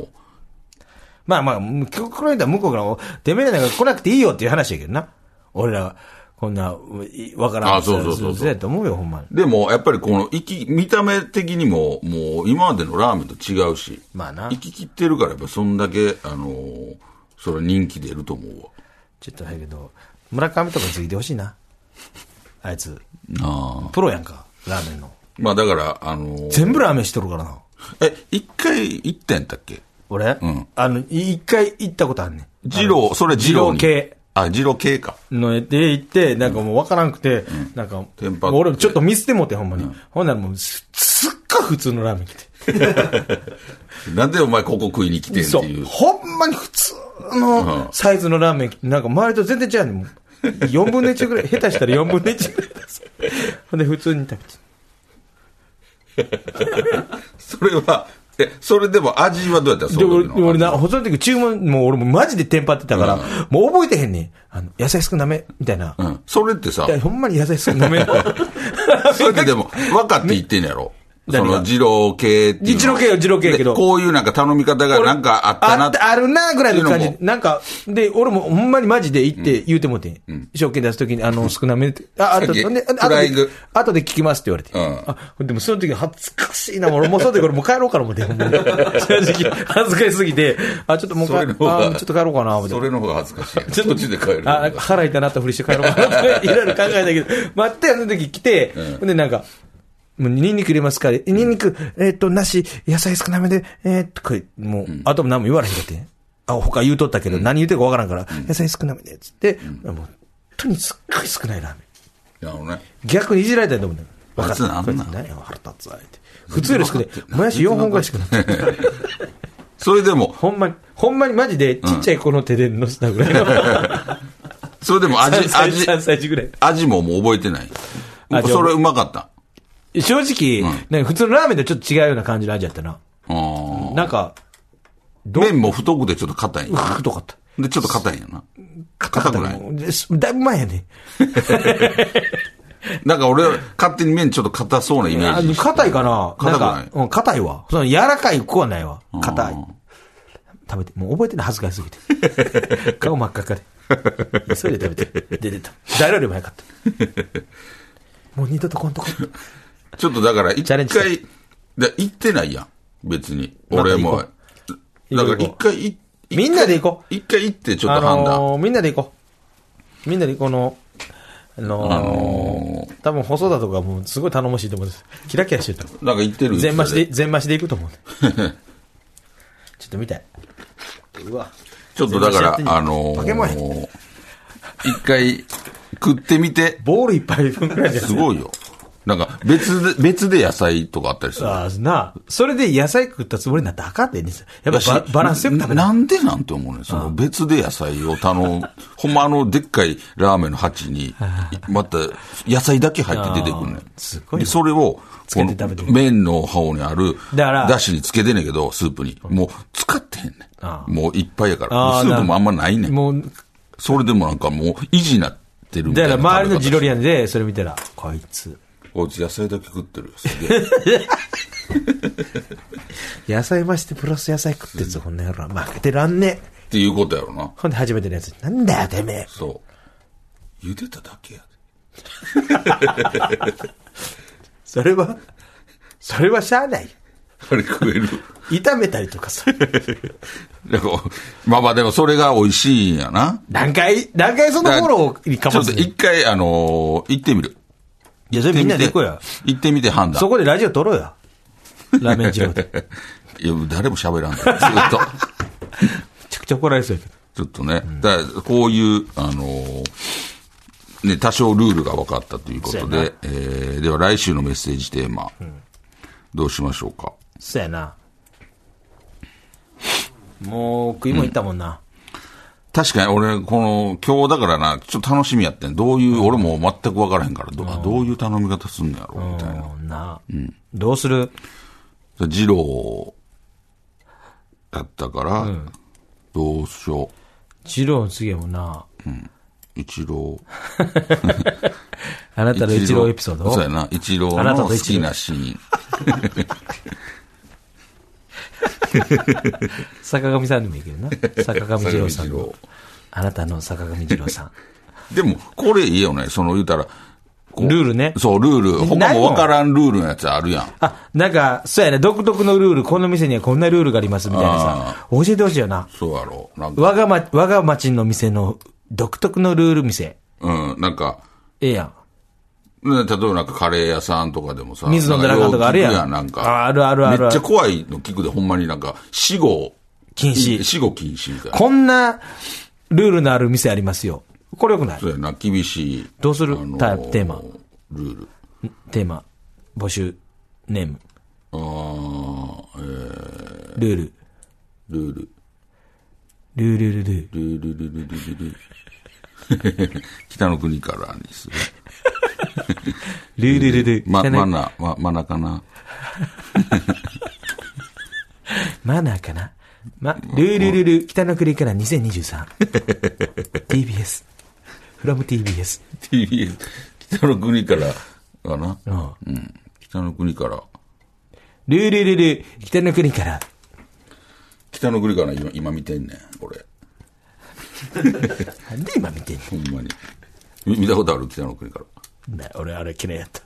[SPEAKER 2] まあまあ、向こうこの間向こうから、てめえらなんか来なくていいよっていう話やけどな。俺らは、こんな、いわからん
[SPEAKER 1] あそうそうそうそう
[SPEAKER 2] やと思うよ、ほんまに。
[SPEAKER 1] でも、やっぱりこの、生き、見た目的にも、もう、今までのラーメンと違うし。
[SPEAKER 2] まあな
[SPEAKER 1] 生き切ってるから、やっぱそんだけ、あのーそれは人気出ると思うわ。
[SPEAKER 2] ちょっとだけど、村上とかついてほしいな。あいつ、
[SPEAKER 1] ああ。
[SPEAKER 2] プロやんか、ラーメンの。
[SPEAKER 1] まあだから、あのー
[SPEAKER 2] 全部ラーメンしとるからな。
[SPEAKER 1] え、一回行ったんやったっけ
[SPEAKER 2] 俺、
[SPEAKER 1] ん
[SPEAKER 2] あの、い一回行ったことあんねん。
[SPEAKER 1] 二郎、それ二郎に。
[SPEAKER 2] 二郎系。
[SPEAKER 1] あ、二郎系か。
[SPEAKER 2] ので行って、なんかもう分からんくて、なんか、も
[SPEAKER 1] テンパって
[SPEAKER 2] 俺ちょっとミスってもうて、ほんまに。ほんならもう、すすっごい普通のラーメン来て。
[SPEAKER 1] なんでお前ここ食いに来てんって
[SPEAKER 2] そう
[SPEAKER 1] い。う。
[SPEAKER 2] ほんまに普通のサイズのラーメン、なんか周りと全然違うねんもう。4分の1ぐらい、下手したら4分の1ぐらいです。ほんで、普通に食べて。
[SPEAKER 1] それは、え、それでも味はどうやったそ
[SPEAKER 2] で、
[SPEAKER 1] の
[SPEAKER 2] 俺、
[SPEAKER 1] 時の
[SPEAKER 2] 俺な、細い時注文、もう俺もマジでテンパってたから、もう覚えてへんねん。あの、野菜少なめ、みたいな。
[SPEAKER 1] うん。それってさ
[SPEAKER 2] い、やほんまに野菜少 なめ。
[SPEAKER 1] それってでも、分かって言ってんやろ。そ
[SPEAKER 2] 何が
[SPEAKER 1] の、二郎系っていうの。
[SPEAKER 2] 二郎系よ二郎系やけど
[SPEAKER 1] でこういうなんか頼み方がなんかあったな
[SPEAKER 2] あ
[SPEAKER 1] っ
[SPEAKER 2] ってたあるなぐらいの
[SPEAKER 1] っ
[SPEAKER 2] 感
[SPEAKER 1] ていう
[SPEAKER 2] じ。なんか、で、俺もほんまにマジで行って言うてもうてん。証券出すときに、あの、少なめって。あ、あと、
[SPEAKER 1] さっき
[SPEAKER 2] ほんで、
[SPEAKER 1] フ
[SPEAKER 2] あと
[SPEAKER 1] ラ
[SPEAKER 2] で
[SPEAKER 1] イング、
[SPEAKER 2] 後で聞きますって言われ
[SPEAKER 1] う
[SPEAKER 2] て。
[SPEAKER 1] ん
[SPEAKER 2] あ、でもその時恥ずかしいな、俺もうその時俺もう帰ろう かな思って。ほんまに正直、恥ずかしすぎて、あ、ちょっともう帰、
[SPEAKER 1] それの
[SPEAKER 2] あち
[SPEAKER 1] 方が
[SPEAKER 2] ょっと帰ろうかな、思って
[SPEAKER 1] そ。れの方が恥ずかしいやん。
[SPEAKER 2] ちょっと
[SPEAKER 1] こっちで帰る。
[SPEAKER 2] あ、なんか腹痛なったふりして帰ろうか なって、いろいろ考えたけど、待って、あの時来て、ほんでなんか、もうニンニク入れますから、ニンニク、えーっと、なし、野菜少なめで、えーっと、これ、もう、あとも何も言われへんかって。あ、他言うとったけど、何言うてるかわからんから、野菜少なめで、つって、もう、本当にすっごい少ないラーメン。
[SPEAKER 1] なるほどね。
[SPEAKER 2] 逆にいじられたいと思うんだよ。
[SPEAKER 1] あいつなんなん
[SPEAKER 2] 何や腹立つわ、言うて普通より少ない。もやし4本ぐらいしかない。
[SPEAKER 1] それでも、
[SPEAKER 2] ほんまに、ほんまにマジで、ちっちゃい子の手で乗せたぐらいの。
[SPEAKER 1] それでも味、
[SPEAKER 2] 3
[SPEAKER 1] 味、
[SPEAKER 2] 歳3歳児ぐらい。
[SPEAKER 1] 味ももう覚えてない。
[SPEAKER 2] 味
[SPEAKER 1] それうまかった。
[SPEAKER 2] 正直、なんか普通のラーメンとちょっと違うような感じの味やったな。
[SPEAKER 1] あー
[SPEAKER 2] なんか、
[SPEAKER 1] 麺も太くてちょっと硬いんや。
[SPEAKER 2] 太かった。
[SPEAKER 1] で、ちょっと硬いんやな。硬くない
[SPEAKER 2] もうですだいぶ前やね。
[SPEAKER 1] なんか俺、勝手に麺ちょっと硬そうなイメ
[SPEAKER 2] あ
[SPEAKER 1] ージ。
[SPEAKER 2] 硬いかな
[SPEAKER 1] 硬くない
[SPEAKER 2] んか、うん、硬いわ。その柔らかい子はないわ。硬い。食べて、もう覚えてない、恥ずかしすぎ て。顔真っ赤っかで。急いで食べて、出てた。誰よりも早かった。もう二度とこんとこ。
[SPEAKER 1] ちょっとだから、一
[SPEAKER 2] チャレ
[SPEAKER 1] 回、
[SPEAKER 2] ンジした
[SPEAKER 1] で行ってないやん。別に。
[SPEAKER 2] また
[SPEAKER 1] 俺
[SPEAKER 2] 行こう
[SPEAKER 1] も。だから
[SPEAKER 2] 行
[SPEAKER 1] 一
[SPEAKER 2] こう
[SPEAKER 1] 回い、
[SPEAKER 2] みんなで行こう。
[SPEAKER 1] 一回行ってちょっ
[SPEAKER 2] あ
[SPEAKER 1] と判断。
[SPEAKER 2] のーみんなで行こう。みんなでこの、あのー
[SPEAKER 1] あの
[SPEAKER 2] 多分細田とかもうすごい頼もしいと思うんです。キラキラしてると思う。
[SPEAKER 1] なんか行ってる
[SPEAKER 2] 全増しで、全増しで行くと思う。 ちょっと見たい。うわ。
[SPEAKER 1] ちょっとだから
[SPEAKER 2] 全然知らん、
[SPEAKER 1] あの
[SPEAKER 2] 化け物や
[SPEAKER 1] ー、一回食ってみて、
[SPEAKER 2] ボール一杯分くらいです
[SPEAKER 1] ごいよ。なんか別で、別で野菜とかあったりする。
[SPEAKER 2] ああ、なあ。それで野菜食ったつもりになったらあかんでんですよ。やっ
[SPEAKER 1] だし
[SPEAKER 2] ぱババランスよく食べ
[SPEAKER 1] な
[SPEAKER 2] な。
[SPEAKER 1] なんでなんて思うねんその別で野菜を頼む。ほんまあの、でっかいラーメンの鉢に、また野菜だけ入って出てくるねん
[SPEAKER 2] あーすごい
[SPEAKER 1] で
[SPEAKER 2] ね
[SPEAKER 1] それを、
[SPEAKER 2] つ
[SPEAKER 1] こ
[SPEAKER 2] けて
[SPEAKER 1] の
[SPEAKER 2] 食べてる
[SPEAKER 1] 麺の方にある、
[SPEAKER 2] だから
[SPEAKER 1] だしにつけてんねんけど、スープに。もう使ってへんね
[SPEAKER 2] あ
[SPEAKER 1] ん。もういっぱいやから。も
[SPEAKER 2] あ
[SPEAKER 1] う
[SPEAKER 2] ー
[SPEAKER 1] スープもあんまないねん。
[SPEAKER 2] もう、
[SPEAKER 1] それでもなんかもう維持になってるみた
[SPEAKER 2] だ
[SPEAKER 1] い
[SPEAKER 2] か
[SPEAKER 1] な
[SPEAKER 2] ら周りのジロリ
[SPEAKER 1] ア。
[SPEAKER 2] アンでそれ見たら、こいつ、
[SPEAKER 1] こいつ野菜だけ食ってるよ。すげえ。
[SPEAKER 2] 野菜増してプラス野菜食ってんぞ、こんな野郎。負けてらんねえ。
[SPEAKER 1] っていうことやろな。
[SPEAKER 2] ほんで初めてのやつ、なんだよ、てめえ。
[SPEAKER 1] そう。茹でただけやで。
[SPEAKER 2] それは、それはしゃあない。
[SPEAKER 1] あれ食え る。
[SPEAKER 2] 炒めたりとかさ。
[SPEAKER 1] なんかまあまあでもそれが美味しいんやな。
[SPEAKER 2] 何回、何回そのフォローにか
[SPEAKER 1] ちょ
[SPEAKER 2] ま
[SPEAKER 1] っと
[SPEAKER 2] すねん
[SPEAKER 1] 一回、あのー行ってみる。
[SPEAKER 2] いや、それみんなで行こう
[SPEAKER 1] 行っ
[SPEAKER 2] よ。
[SPEAKER 1] てみて行ってみて判断。
[SPEAKER 2] そこでラジオ撮ろう よ。ラーメン二郎で。
[SPEAKER 1] いや、誰も喋らんから、ずっと。
[SPEAKER 2] めちゃくちゃ怒られそうやけど。
[SPEAKER 1] ちょっとね、だからこういう、あのーね、多少ルールが分かったということ
[SPEAKER 2] そうや
[SPEAKER 1] で、えー、では来週のメッセージテーマ、どうしましょうか。
[SPEAKER 2] そうやな。もう、食いもん行ったもんな。
[SPEAKER 1] 確かに俺、この、今日だからな、ちょっと楽しみやってん。どういう、俺も全く分からへんから、どどういう頼み方すんのやろ、みたいな。
[SPEAKER 2] うん、な。どうする
[SPEAKER 1] 二郎だったから、どうしよ
[SPEAKER 2] 二郎の次やもんな。
[SPEAKER 1] う。一郎。
[SPEAKER 2] あなたの一郎エピソード
[SPEAKER 1] そうやな。一郎
[SPEAKER 2] あなた
[SPEAKER 1] の
[SPEAKER 2] と
[SPEAKER 1] 好
[SPEAKER 2] 一
[SPEAKER 1] き
[SPEAKER 2] 郎
[SPEAKER 1] なシーン。
[SPEAKER 2] 坂上さんでもいいけ どな。坂上二郎さ
[SPEAKER 1] 坂上
[SPEAKER 2] ん
[SPEAKER 1] 二郎
[SPEAKER 2] の。あなたの坂上二郎 さん。
[SPEAKER 1] でも、これいいよね。その言うたら、こう
[SPEAKER 2] ルールね
[SPEAKER 1] そう、ルール。他
[SPEAKER 2] ない
[SPEAKER 1] も
[SPEAKER 2] もん
[SPEAKER 1] わからんルールのやつあるやん。
[SPEAKER 2] あ、なんか、そうやね、独特のルール、この店にはこんなルールがありますみたいなさ、教えてほしいよな。
[SPEAKER 1] そうやろ。なんか、
[SPEAKER 2] 我がま、我が町の店の独特のルール店。
[SPEAKER 1] うん、なんか、
[SPEAKER 2] ええやん。
[SPEAKER 1] ね例えばなんかカレー屋さんとかでもさ、
[SPEAKER 2] 水飲んだらあかんとかあるやん
[SPEAKER 1] よう聞くなんか。
[SPEAKER 2] ああるあるある
[SPEAKER 1] めっちゃ怖いの聞くで、ほんまになんか、死後、
[SPEAKER 2] 禁止。
[SPEAKER 1] 死後禁止みたいな。
[SPEAKER 2] こんなルールのある店ありますよ。これよくない
[SPEAKER 1] そうやな、厳しい。
[SPEAKER 2] どうする
[SPEAKER 1] あの
[SPEAKER 2] タテーマ。
[SPEAKER 1] ルール。
[SPEAKER 2] テーマ、募集、ネーム、
[SPEAKER 1] あーえー、
[SPEAKER 2] ルール、
[SPEAKER 1] ルール。
[SPEAKER 2] ルールル
[SPEAKER 1] ル
[SPEAKER 2] ルル。
[SPEAKER 1] ールルルルルル。 北の国からにする。
[SPEAKER 2] ルールルルル。
[SPEAKER 1] ま、
[SPEAKER 2] じゃ
[SPEAKER 1] マ
[SPEAKER 2] ない
[SPEAKER 1] ナ、ま、マナかな。
[SPEAKER 2] マナーかなま、ルールルル、北の国から2023。TBS。from TBS。
[SPEAKER 1] TBS、北の国からかな。
[SPEAKER 2] うん。
[SPEAKER 1] うん。北の国から。
[SPEAKER 2] ルールルル、北の国から。
[SPEAKER 1] 北の国から今今見てんねん、俺。
[SPEAKER 2] なんで今見てん
[SPEAKER 1] ほんまに。み見たことある北の国から。
[SPEAKER 2] のな俺、あれ嫌いやった。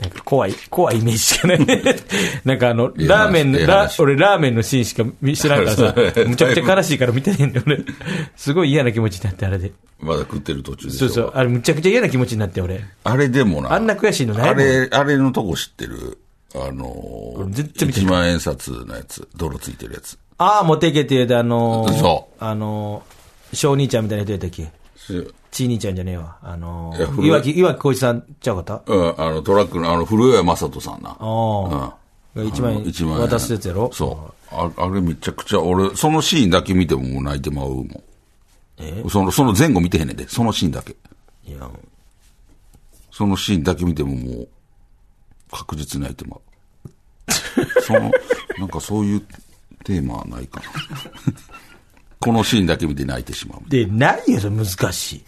[SPEAKER 2] なんか怖い、怖いイメージしかない ね。なんかあの、
[SPEAKER 1] いや
[SPEAKER 2] ラーメン
[SPEAKER 1] い
[SPEAKER 2] の、
[SPEAKER 1] や
[SPEAKER 2] ラ
[SPEAKER 1] 話
[SPEAKER 2] 俺ラーメンのシーンしか見知らんから さ
[SPEAKER 1] そ、う
[SPEAKER 2] むちゃくちゃ悲しいから見てねえんだよ、俺。すごい嫌な気持ちになって、あれで。
[SPEAKER 1] まだ食ってる途中でし
[SPEAKER 2] そ
[SPEAKER 1] ょ。
[SPEAKER 2] うそう、あれむちゃくちゃ嫌な気持ちになって、俺。
[SPEAKER 1] あれでもな。
[SPEAKER 2] あんな悔しいのない
[SPEAKER 1] あ
[SPEAKER 2] もん
[SPEAKER 1] れ、あれのとこ知ってる。あのー、
[SPEAKER 2] 俺絶対見て
[SPEAKER 1] 1万円札のやつ。泥ついてるやつ。
[SPEAKER 2] ああ、持っていけって言うて、あのー
[SPEAKER 1] そう
[SPEAKER 2] あのー小兄ちゃんみたいな人やったっけ
[SPEAKER 1] し
[SPEAKER 2] チーニーちゃんじゃねえわ。あの
[SPEAKER 1] いや
[SPEAKER 2] ー、
[SPEAKER 1] 古い
[SPEAKER 2] 岩木、岩木浩一さんちゃうかった
[SPEAKER 1] うん、あの、トラックの、あの、古谷正人さんな。
[SPEAKER 2] ああ。一万円
[SPEAKER 1] 一万円
[SPEAKER 2] 渡すやつやろ
[SPEAKER 1] そう。ああれめちゃくちゃ、俺、そのシーンだけ見てももう泣いてまうもん。その、その前後見てへんねんで、そのシーンだけ。
[SPEAKER 2] う。いや、
[SPEAKER 1] そのシーンだけ見てももう、確実に泣いてまう。その、なんかそういうテーマはないかな。このシーンだけ見て泣いてしまうみたい
[SPEAKER 2] で、ないよ、それ難しい。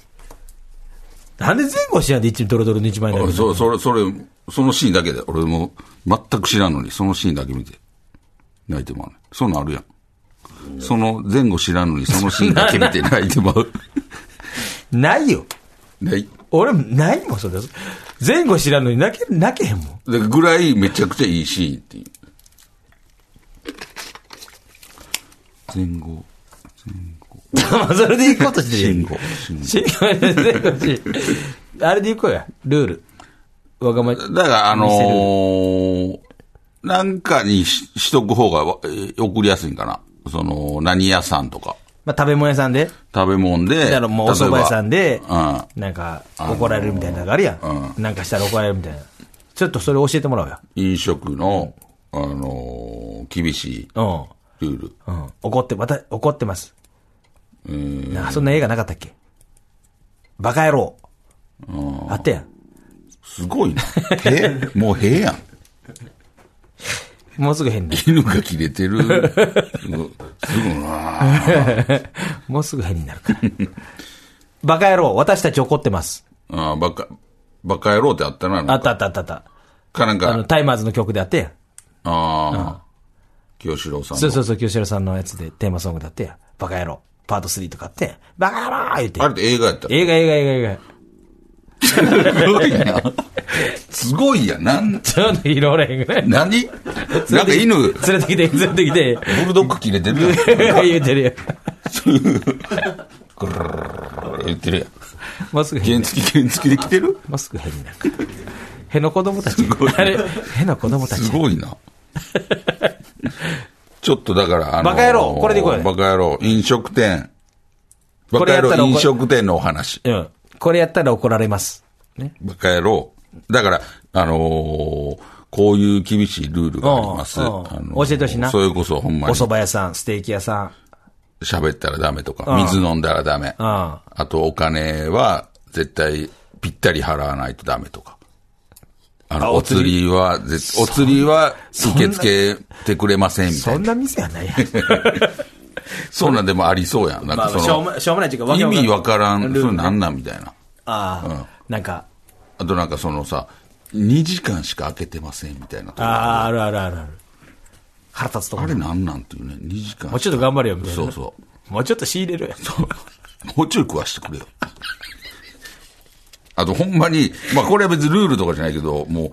[SPEAKER 2] なんで前後しないで一ドロドロの一枚にな
[SPEAKER 1] な。
[SPEAKER 2] る
[SPEAKER 1] あそそれ、それ、そのシーンだけで、俺も全く知らんのに、そのシーンだけ見て、泣いてまうね。そんなんあるやん。その前後知らんのに、そのシーンだけ見て泣いてまう。
[SPEAKER 2] ないよ。
[SPEAKER 1] ない。
[SPEAKER 2] 俺、ないもん、それ。前後知らんのに泣け、泣けへんもん。
[SPEAKER 1] だからぐらいめちゃくちゃいいシーンっていう。前後。
[SPEAKER 2] まあそれで行こうとしてる
[SPEAKER 1] 慎吾慎
[SPEAKER 2] 慎吾慎吾しあれで行こうや。ルール。わがまま。
[SPEAKER 1] だから、あのー、なんかにししとく方がわえー送りやすいんかな。その、何屋さんとか。
[SPEAKER 2] まあ、食べ物屋さんで。
[SPEAKER 1] 食べ物で。
[SPEAKER 2] だからもうお
[SPEAKER 1] 例
[SPEAKER 2] 蕎
[SPEAKER 1] えば
[SPEAKER 2] 麦屋さんで
[SPEAKER 1] うん。、
[SPEAKER 2] なんか怒られるみたいなのがあるやん。なんかしたら怒られるみたいな。ちょっとそれ教えてもらおう
[SPEAKER 1] 飲食の、あのー厳しい
[SPEAKER 2] よ。
[SPEAKER 1] ルール。
[SPEAKER 2] うん。うん。怒って、また、怒ってます。うん。なんかそんな映画なかったっけバカ野郎。あったやん。
[SPEAKER 1] すご いな。へもうへやん。
[SPEAKER 2] もうすぐ変になる。
[SPEAKER 1] 犬が切れてる。すごいすごいな
[SPEAKER 2] もうすぐ変になるから。バカ野郎、私たち怒ってます。
[SPEAKER 1] あーバカ、バカ野郎ってあったな。なんか
[SPEAKER 2] あったあったあったあった。
[SPEAKER 1] かなん
[SPEAKER 2] あの、
[SPEAKER 1] か、
[SPEAKER 2] タイマーズの曲であってやん。
[SPEAKER 1] ああ、清志郎さんの。
[SPEAKER 2] そうそうそう、清志郎さんのやつでテーマソングだってやん。バカ野郎、パート3とかあってやん。バカ野郎言って
[SPEAKER 1] あ。れって映画やった。
[SPEAKER 2] 映画映画映画映画。
[SPEAKER 1] すごいな。すごいやん。なん、
[SPEAKER 2] ちょうど色おらへんぐらい。
[SPEAKER 1] 何なんか犬、ブ
[SPEAKER 2] 連れてきて、連れてきて。
[SPEAKER 1] ルドッグ切れてるやん。
[SPEAKER 2] 言うてるよ。
[SPEAKER 1] グルルルルル言ってるやん。
[SPEAKER 2] もうすぐ変
[SPEAKER 1] 原
[SPEAKER 2] になる。
[SPEAKER 1] 付き、原付きで来てる
[SPEAKER 2] もうすぐ変になるから。への子供たち。あれ、への子供た
[SPEAKER 1] す
[SPEAKER 2] ち。
[SPEAKER 1] ごいな。ちょっとだから、あの
[SPEAKER 2] バカ野郎これでいこうよ
[SPEAKER 1] バカ野郎、飲食店。バ
[SPEAKER 2] これ
[SPEAKER 1] カ
[SPEAKER 2] やった
[SPEAKER 1] 野
[SPEAKER 2] ら
[SPEAKER 1] 郎、
[SPEAKER 2] 怒
[SPEAKER 1] 飲食店のお話。
[SPEAKER 2] うん。これやったら怒られます。ね。
[SPEAKER 1] バカ野郎。だから、あのーこういう厳しいルールがあります。
[SPEAKER 2] うん
[SPEAKER 1] あ
[SPEAKER 2] うん
[SPEAKER 1] のー
[SPEAKER 2] 教えてほしいな
[SPEAKER 1] それこそ、ほん
[SPEAKER 2] お
[SPEAKER 1] まに
[SPEAKER 2] 蕎。麦屋さん、ステーキ屋さん。
[SPEAKER 1] 喋ったらダメとか、
[SPEAKER 2] うん
[SPEAKER 1] 水飲んだらダメ。
[SPEAKER 2] うん。あ
[SPEAKER 1] あとお金は絶対ぴったり払わないとダメとか。あ
[SPEAKER 2] あ
[SPEAKER 1] の、
[SPEAKER 2] お
[SPEAKER 1] お
[SPEAKER 2] 釣
[SPEAKER 1] 釣
[SPEAKER 2] り
[SPEAKER 1] りはぜ、お釣りは受け付けてくれませんみた
[SPEAKER 2] そ
[SPEAKER 1] い
[SPEAKER 2] ん
[SPEAKER 1] な。
[SPEAKER 2] な店はないやん。
[SPEAKER 1] そんなんでもありそうやん。なんか
[SPEAKER 2] まあ、
[SPEAKER 1] そ
[SPEAKER 2] しょう
[SPEAKER 1] の、
[SPEAKER 2] もしょうもないっていうか、
[SPEAKER 1] 意味わ
[SPEAKER 2] ん
[SPEAKER 1] からん、
[SPEAKER 2] ルールね
[SPEAKER 1] それなんなんみたいな。
[SPEAKER 2] ああ、なんか、
[SPEAKER 1] あとなんかそのさ、2時間しか開けてませんみたいなと
[SPEAKER 2] あ
[SPEAKER 1] か。
[SPEAKER 2] あ、あるあるあるある。腹立つとこ
[SPEAKER 1] あ。れなんなんっていうね、2時間。
[SPEAKER 2] もうちょっと頑張れよみたいな
[SPEAKER 1] そうそう。
[SPEAKER 2] もうちょっと仕入れるやん。
[SPEAKER 1] もうちょい食わしてくれよ。あと、ほんまに、まあ、これは別にルールとかじゃないけど、もう、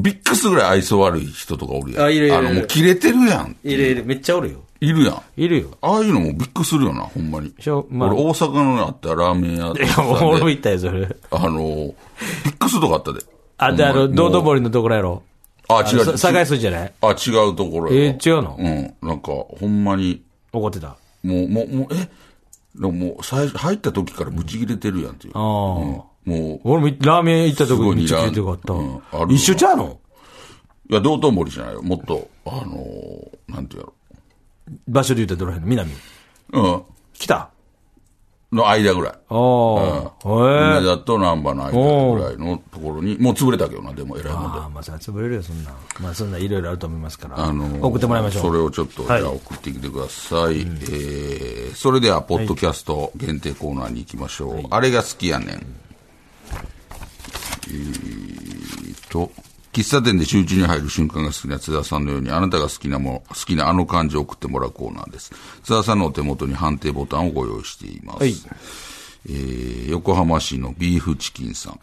[SPEAKER 1] ビックスぐらい愛想悪い人とかおるやん。
[SPEAKER 2] あいるいるいる
[SPEAKER 1] の、もう切れてるやん。
[SPEAKER 2] いるいる、めっちゃおるよ。
[SPEAKER 1] いるやん。
[SPEAKER 2] いるよ。
[SPEAKER 1] ああいうのもびっくりするよな、ほんまに。
[SPEAKER 2] しょまあ
[SPEAKER 1] 俺、大阪のあったラーメン屋
[SPEAKER 2] いや、
[SPEAKER 1] さんで
[SPEAKER 2] 俺も言ったよ、それ。
[SPEAKER 1] あの、ビックスとかあったで。
[SPEAKER 2] あ、で、あ
[SPEAKER 1] ほ
[SPEAKER 2] の、
[SPEAKER 1] んまに
[SPEAKER 2] 道頓
[SPEAKER 1] もう
[SPEAKER 2] 堀のところやろ。
[SPEAKER 1] あ、
[SPEAKER 2] あ
[SPEAKER 1] 違う
[SPEAKER 2] の
[SPEAKER 1] 違う。
[SPEAKER 2] さ境筋じゃない
[SPEAKER 1] あ、違うところやわ
[SPEAKER 2] えー違うの
[SPEAKER 1] うん。なんか、ほんまに、
[SPEAKER 2] 怒ってた。
[SPEAKER 1] もう、もう、もう、えでももう、最初、入った時からブチ切れてるやんっていう。
[SPEAKER 2] ああ。
[SPEAKER 1] もう、
[SPEAKER 2] 俺もラーメン屋行ったとこ
[SPEAKER 1] すごい
[SPEAKER 2] めっちゃ聞いてよか
[SPEAKER 1] ラーメン
[SPEAKER 2] っ
[SPEAKER 1] うんあ
[SPEAKER 2] た。
[SPEAKER 1] る
[SPEAKER 2] 一緒ちゃうの
[SPEAKER 1] いや、道頓堀じゃないよ。もっと、あのーなんていうや
[SPEAKER 2] 場所で言うたらどの辺の南。
[SPEAKER 1] ろ。
[SPEAKER 2] 来た
[SPEAKER 1] うん。の間ぐらい。
[SPEAKER 2] ああ。へ
[SPEAKER 1] 梅
[SPEAKER 2] え。
[SPEAKER 1] 田と難波の間ぐらいのところに、もう潰れたけどな、でも偉いもんで。
[SPEAKER 2] ああ、まあ、それは潰れるよ、そんなん。まあ、そんなんいろいろあると思いますから。
[SPEAKER 1] あのー
[SPEAKER 2] 送ってもらいましょ。
[SPEAKER 1] そうれをちょっと、
[SPEAKER 2] はい
[SPEAKER 1] じゃあ送ってきてください。えー、それでは、ポッドキャスト限定コーナーに行きましょう。あれが好きやねん。えーっと、喫茶店で集中に入る瞬間が好きな津田さんのように、あなたが好きなもの、好きなあの漢字を送ってもらうコーナーです。津田さんのお手元に判定ボタンをご用意しています。
[SPEAKER 2] はい
[SPEAKER 1] えー横浜市のビーフチキンさん。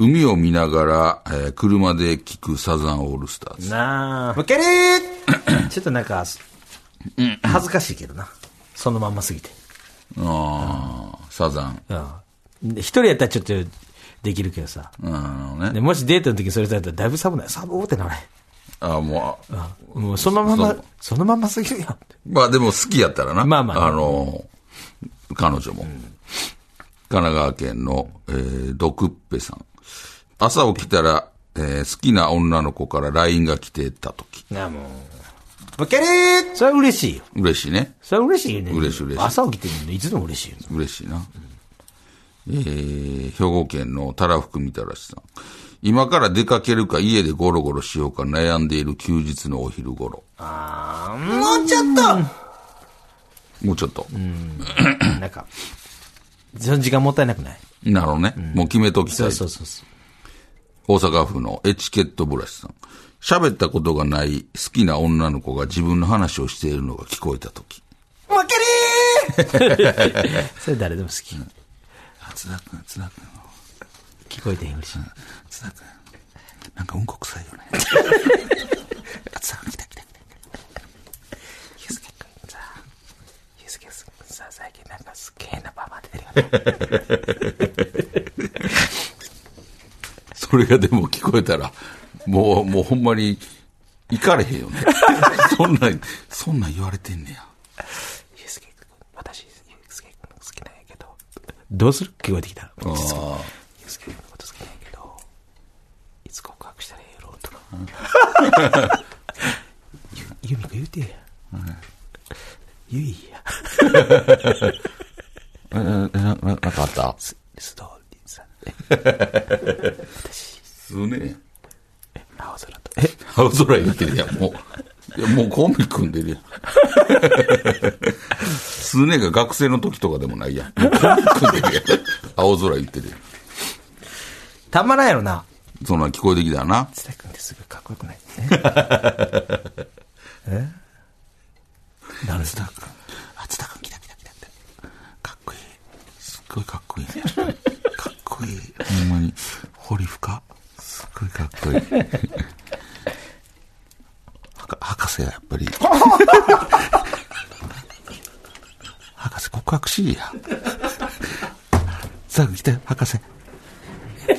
[SPEAKER 1] 海を見ながら、えー車で聴くサザンオールスターズ。
[SPEAKER 2] なあ。むけりーちょっとなんか、恥ずかしいけどな。そのまんますぎて。
[SPEAKER 1] ああ、サザン。
[SPEAKER 2] うん。で一人やったらちょっとできるけどさ。
[SPEAKER 1] うんあの
[SPEAKER 2] で
[SPEAKER 1] ね。
[SPEAKER 2] もしデートの時それされたらだいぶ寒ない。寒うってなれ。
[SPEAKER 1] あーもう、あ
[SPEAKER 2] もうそのまま
[SPEAKER 1] そう、
[SPEAKER 2] そのまますぎるよ。
[SPEAKER 1] まあでも好きやったらな。
[SPEAKER 2] まあまあ
[SPEAKER 1] のー、彼女も。神奈川県の、えー、ドクッペさん。朝起きたら、えー好きな女の子から LINE が来てた時。
[SPEAKER 2] なあもう。ボケれーそれは嬉しいよ。
[SPEAKER 1] 嬉しいね。
[SPEAKER 2] それは嬉しいよね。
[SPEAKER 1] 嬉しい嬉しい
[SPEAKER 2] 朝起きてるのいつでも嬉しいよ。
[SPEAKER 1] 嬉しいな。えー、兵庫県のたらふくみたらしさん。今から出かけるか家でゴロゴロしようか悩んでいる休日のお昼頃。
[SPEAKER 2] あ
[SPEAKER 1] もうちょっともうちょっと。
[SPEAKER 2] ー、なんか、その時間もったいなくない
[SPEAKER 1] なるほどね。もう決めときたい。
[SPEAKER 2] そうそうそうそう。
[SPEAKER 1] 大阪府のエチケットブラシさん。喋ったことがない好きな女の子が自分の話をしているのが聞こえたとき。
[SPEAKER 2] 負けりー それ誰でも好き。
[SPEAKER 1] あ、津田くん、津田くん、
[SPEAKER 2] 聞こえてへん嬉しい。
[SPEAKER 1] 津田くん。なんかうんこ臭いよね。あ、津田くん来た来た来た。
[SPEAKER 2] ゆうすけくんさ、ゆうすけくんさ、最近なんかすっげえなババ出てるよね。
[SPEAKER 1] それがでも聞こえたら、もう、もうほんまに、行かれへんよね。 そんなん、そんなん言われてんねや。
[SPEAKER 2] ゆうすけくん、私、ゆうすけくん好きなんやけど。どうする聞こえてきた。
[SPEAKER 1] あ
[SPEAKER 2] ゆ
[SPEAKER 1] あ。
[SPEAKER 2] うすけくんのこと好きなんやけど、いつ告白したらええやろとか。 ゆ、ゆみくん言うてや。ゆいや。
[SPEAKER 1] え、え、な、なんかあった
[SPEAKER 2] す、すどりさん。
[SPEAKER 1] すね。
[SPEAKER 2] 青空と。え
[SPEAKER 1] 青空言ってるやん、もう。いや、もうコンビ組んで るやん。スネが学生の時とかでもないやん。もうコンビ組んでるやん。青空言ってるやん。
[SPEAKER 2] たまらんやろな。
[SPEAKER 1] そんなん聞こえてきたな。
[SPEAKER 2] つたくんってすぐかっこよくないえなるほど。
[SPEAKER 1] あ、つたくん来た来た来た来た。かっこいい。すっごいかっこいい。かっこいい。ほんまに。堀深。すっごいかっこいい。はか博士はやっぱり。博士告白しいや。さあ来て、博士。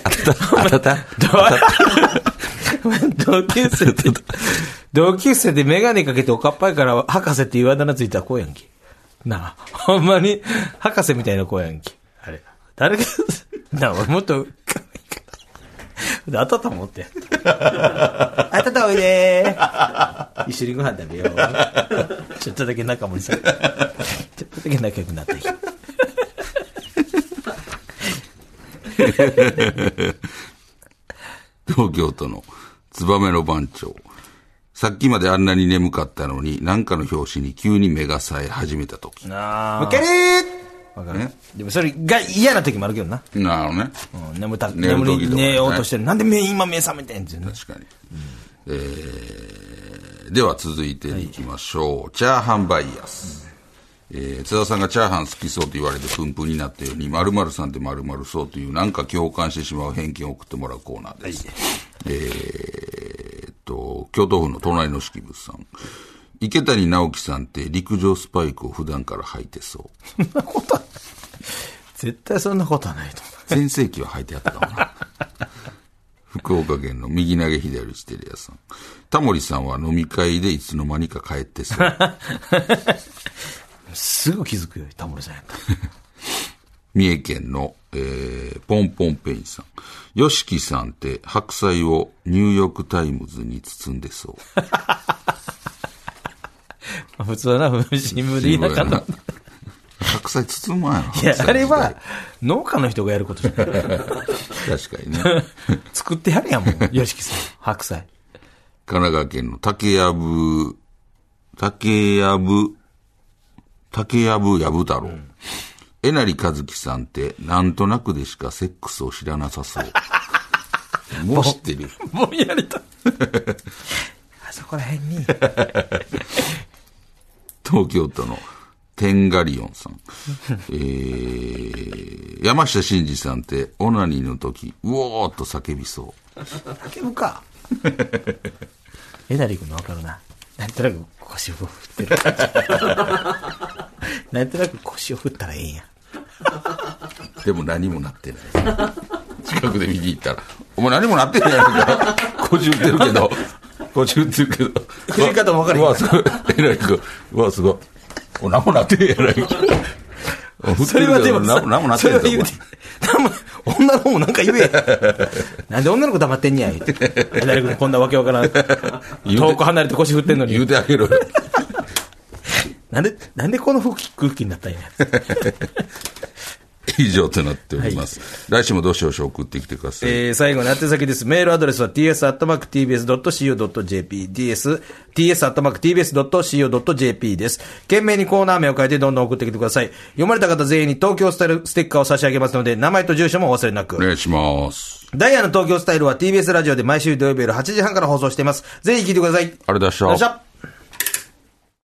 [SPEAKER 1] あった、あった、あった。
[SPEAKER 2] 同級生って、同級生でメガネかけておかっぱいから博士って言わだ名ついた子やんけ。なあ、ほんまに博士みたいな子やんけ。あれ、誰が、なあ、俺もっと 可愛いから。で、あたたもおって。あたたおいでー。一緒にご飯食べよう。ちょっとだけ仲間にさん、ちょっとだけ仲良くなってきた。
[SPEAKER 1] 東京都のツバメの番長。さっきまであんなに眠かったのに、なんかの拍子に急に目が冴え始めた時。
[SPEAKER 2] なあ。むけりーわかる
[SPEAKER 1] ね。
[SPEAKER 2] でもそれが嫌な時もあるけどな。
[SPEAKER 1] なるほどね。
[SPEAKER 2] うん、眠た、
[SPEAKER 1] 寝る時
[SPEAKER 2] 眠
[SPEAKER 1] とかね
[SPEAKER 2] り、寝ようとしてる。なんで目、今目覚めてんっていうね。
[SPEAKER 1] 確かに。えー、では続いていきましょう。チャーハンバイアス。えー、津田さんがチャーハン好きそうと言われてプンプンになったように、〇〇さんって〇〇そうというなんか共感してしまう偏見を送ってもらうコーナーです。えーっと、京都府の隣の式物さん。池谷直樹さんって陸上スパイクを普段から履いてそう。
[SPEAKER 2] そんなことは絶対そんなことはないと思
[SPEAKER 1] 全盛期は履いてあったもんな。福岡県の右投げ左打ちテレアさん。タモリさんは飲み会でいつの間にか帰ってそう。
[SPEAKER 2] う。すぐ気づくよ、タモリさんやったら。
[SPEAKER 1] 三重県の、えー、ポンポンペインさん。ヨシキさんって白菜をニューヨークタイムズに包んでそう。
[SPEAKER 2] まあ普通はな、新聞で言いなかった。
[SPEAKER 1] 白菜包まんやろ。
[SPEAKER 2] いや、あれ
[SPEAKER 1] 白
[SPEAKER 2] は、農家の人がやることじゃ ない。
[SPEAKER 1] 菜自体。確かにね。
[SPEAKER 2] 作ってやるやん、もう。よしきさん。白 菜。
[SPEAKER 1] 神奈川県の竹やぶ、竹やぶ、竹やぶやぶ太郎。えなりかずきさんって、なんとなくでしかセックスを知らなさそう。もう知ってる。
[SPEAKER 2] ぼんやりと。 あそこら辺に。
[SPEAKER 1] 東京都のテンガリオンさん。えー、山下真司さんって、オナニーの時、うおーっと叫びそう。
[SPEAKER 2] 叫ぶか。えなり君のわかるな。なんとなく腰を振ってる。なんとなく腰を振ったらええんや。
[SPEAKER 1] でも何もなってない。近くで見に行ったら、お前何もなってないやんか。腰打ってるけど、腰打ってるけど。
[SPEAKER 2] 振り方も分かる
[SPEAKER 1] うわ、すごい。えらいく。うわ、すごい。お何もなってへんやないか。振って
[SPEAKER 2] それは
[SPEAKER 1] るけど、
[SPEAKER 2] でも
[SPEAKER 1] な
[SPEAKER 2] さ、
[SPEAKER 1] なんもなっ
[SPEAKER 2] そ
[SPEAKER 1] てん
[SPEAKER 2] れ
[SPEAKER 1] ぞ
[SPEAKER 2] は言うて、なんも女の方もなんか言え。なんで女の子黙ってんねや、言うて。誰かこんなわけわからん。遠く離れて腰振ってんの
[SPEAKER 1] お前言
[SPEAKER 2] に。
[SPEAKER 1] うてあげろよ。
[SPEAKER 2] なんで、なんでこの空気空気になったんや。
[SPEAKER 1] 以上となっております。来週もどうしようし送ってきてください。
[SPEAKER 2] えー、最後の宛先です。メールアドレスは ts.tbs.co.jp、ds、ts.tbs.co.jp です。懸命にコーナー名を書いてどんどん送ってきてください。読まれた方全員に東京スタイルステッカーを差し上げますので、名前と住所もお忘れなく
[SPEAKER 1] お。願いします。
[SPEAKER 2] ダイヤの東京スタイルは TBS ラジオで毎週土曜日夜8時半から放送しています。ぜひ聞いてください。あり
[SPEAKER 1] ありがとうございました
[SPEAKER 2] がとうございました。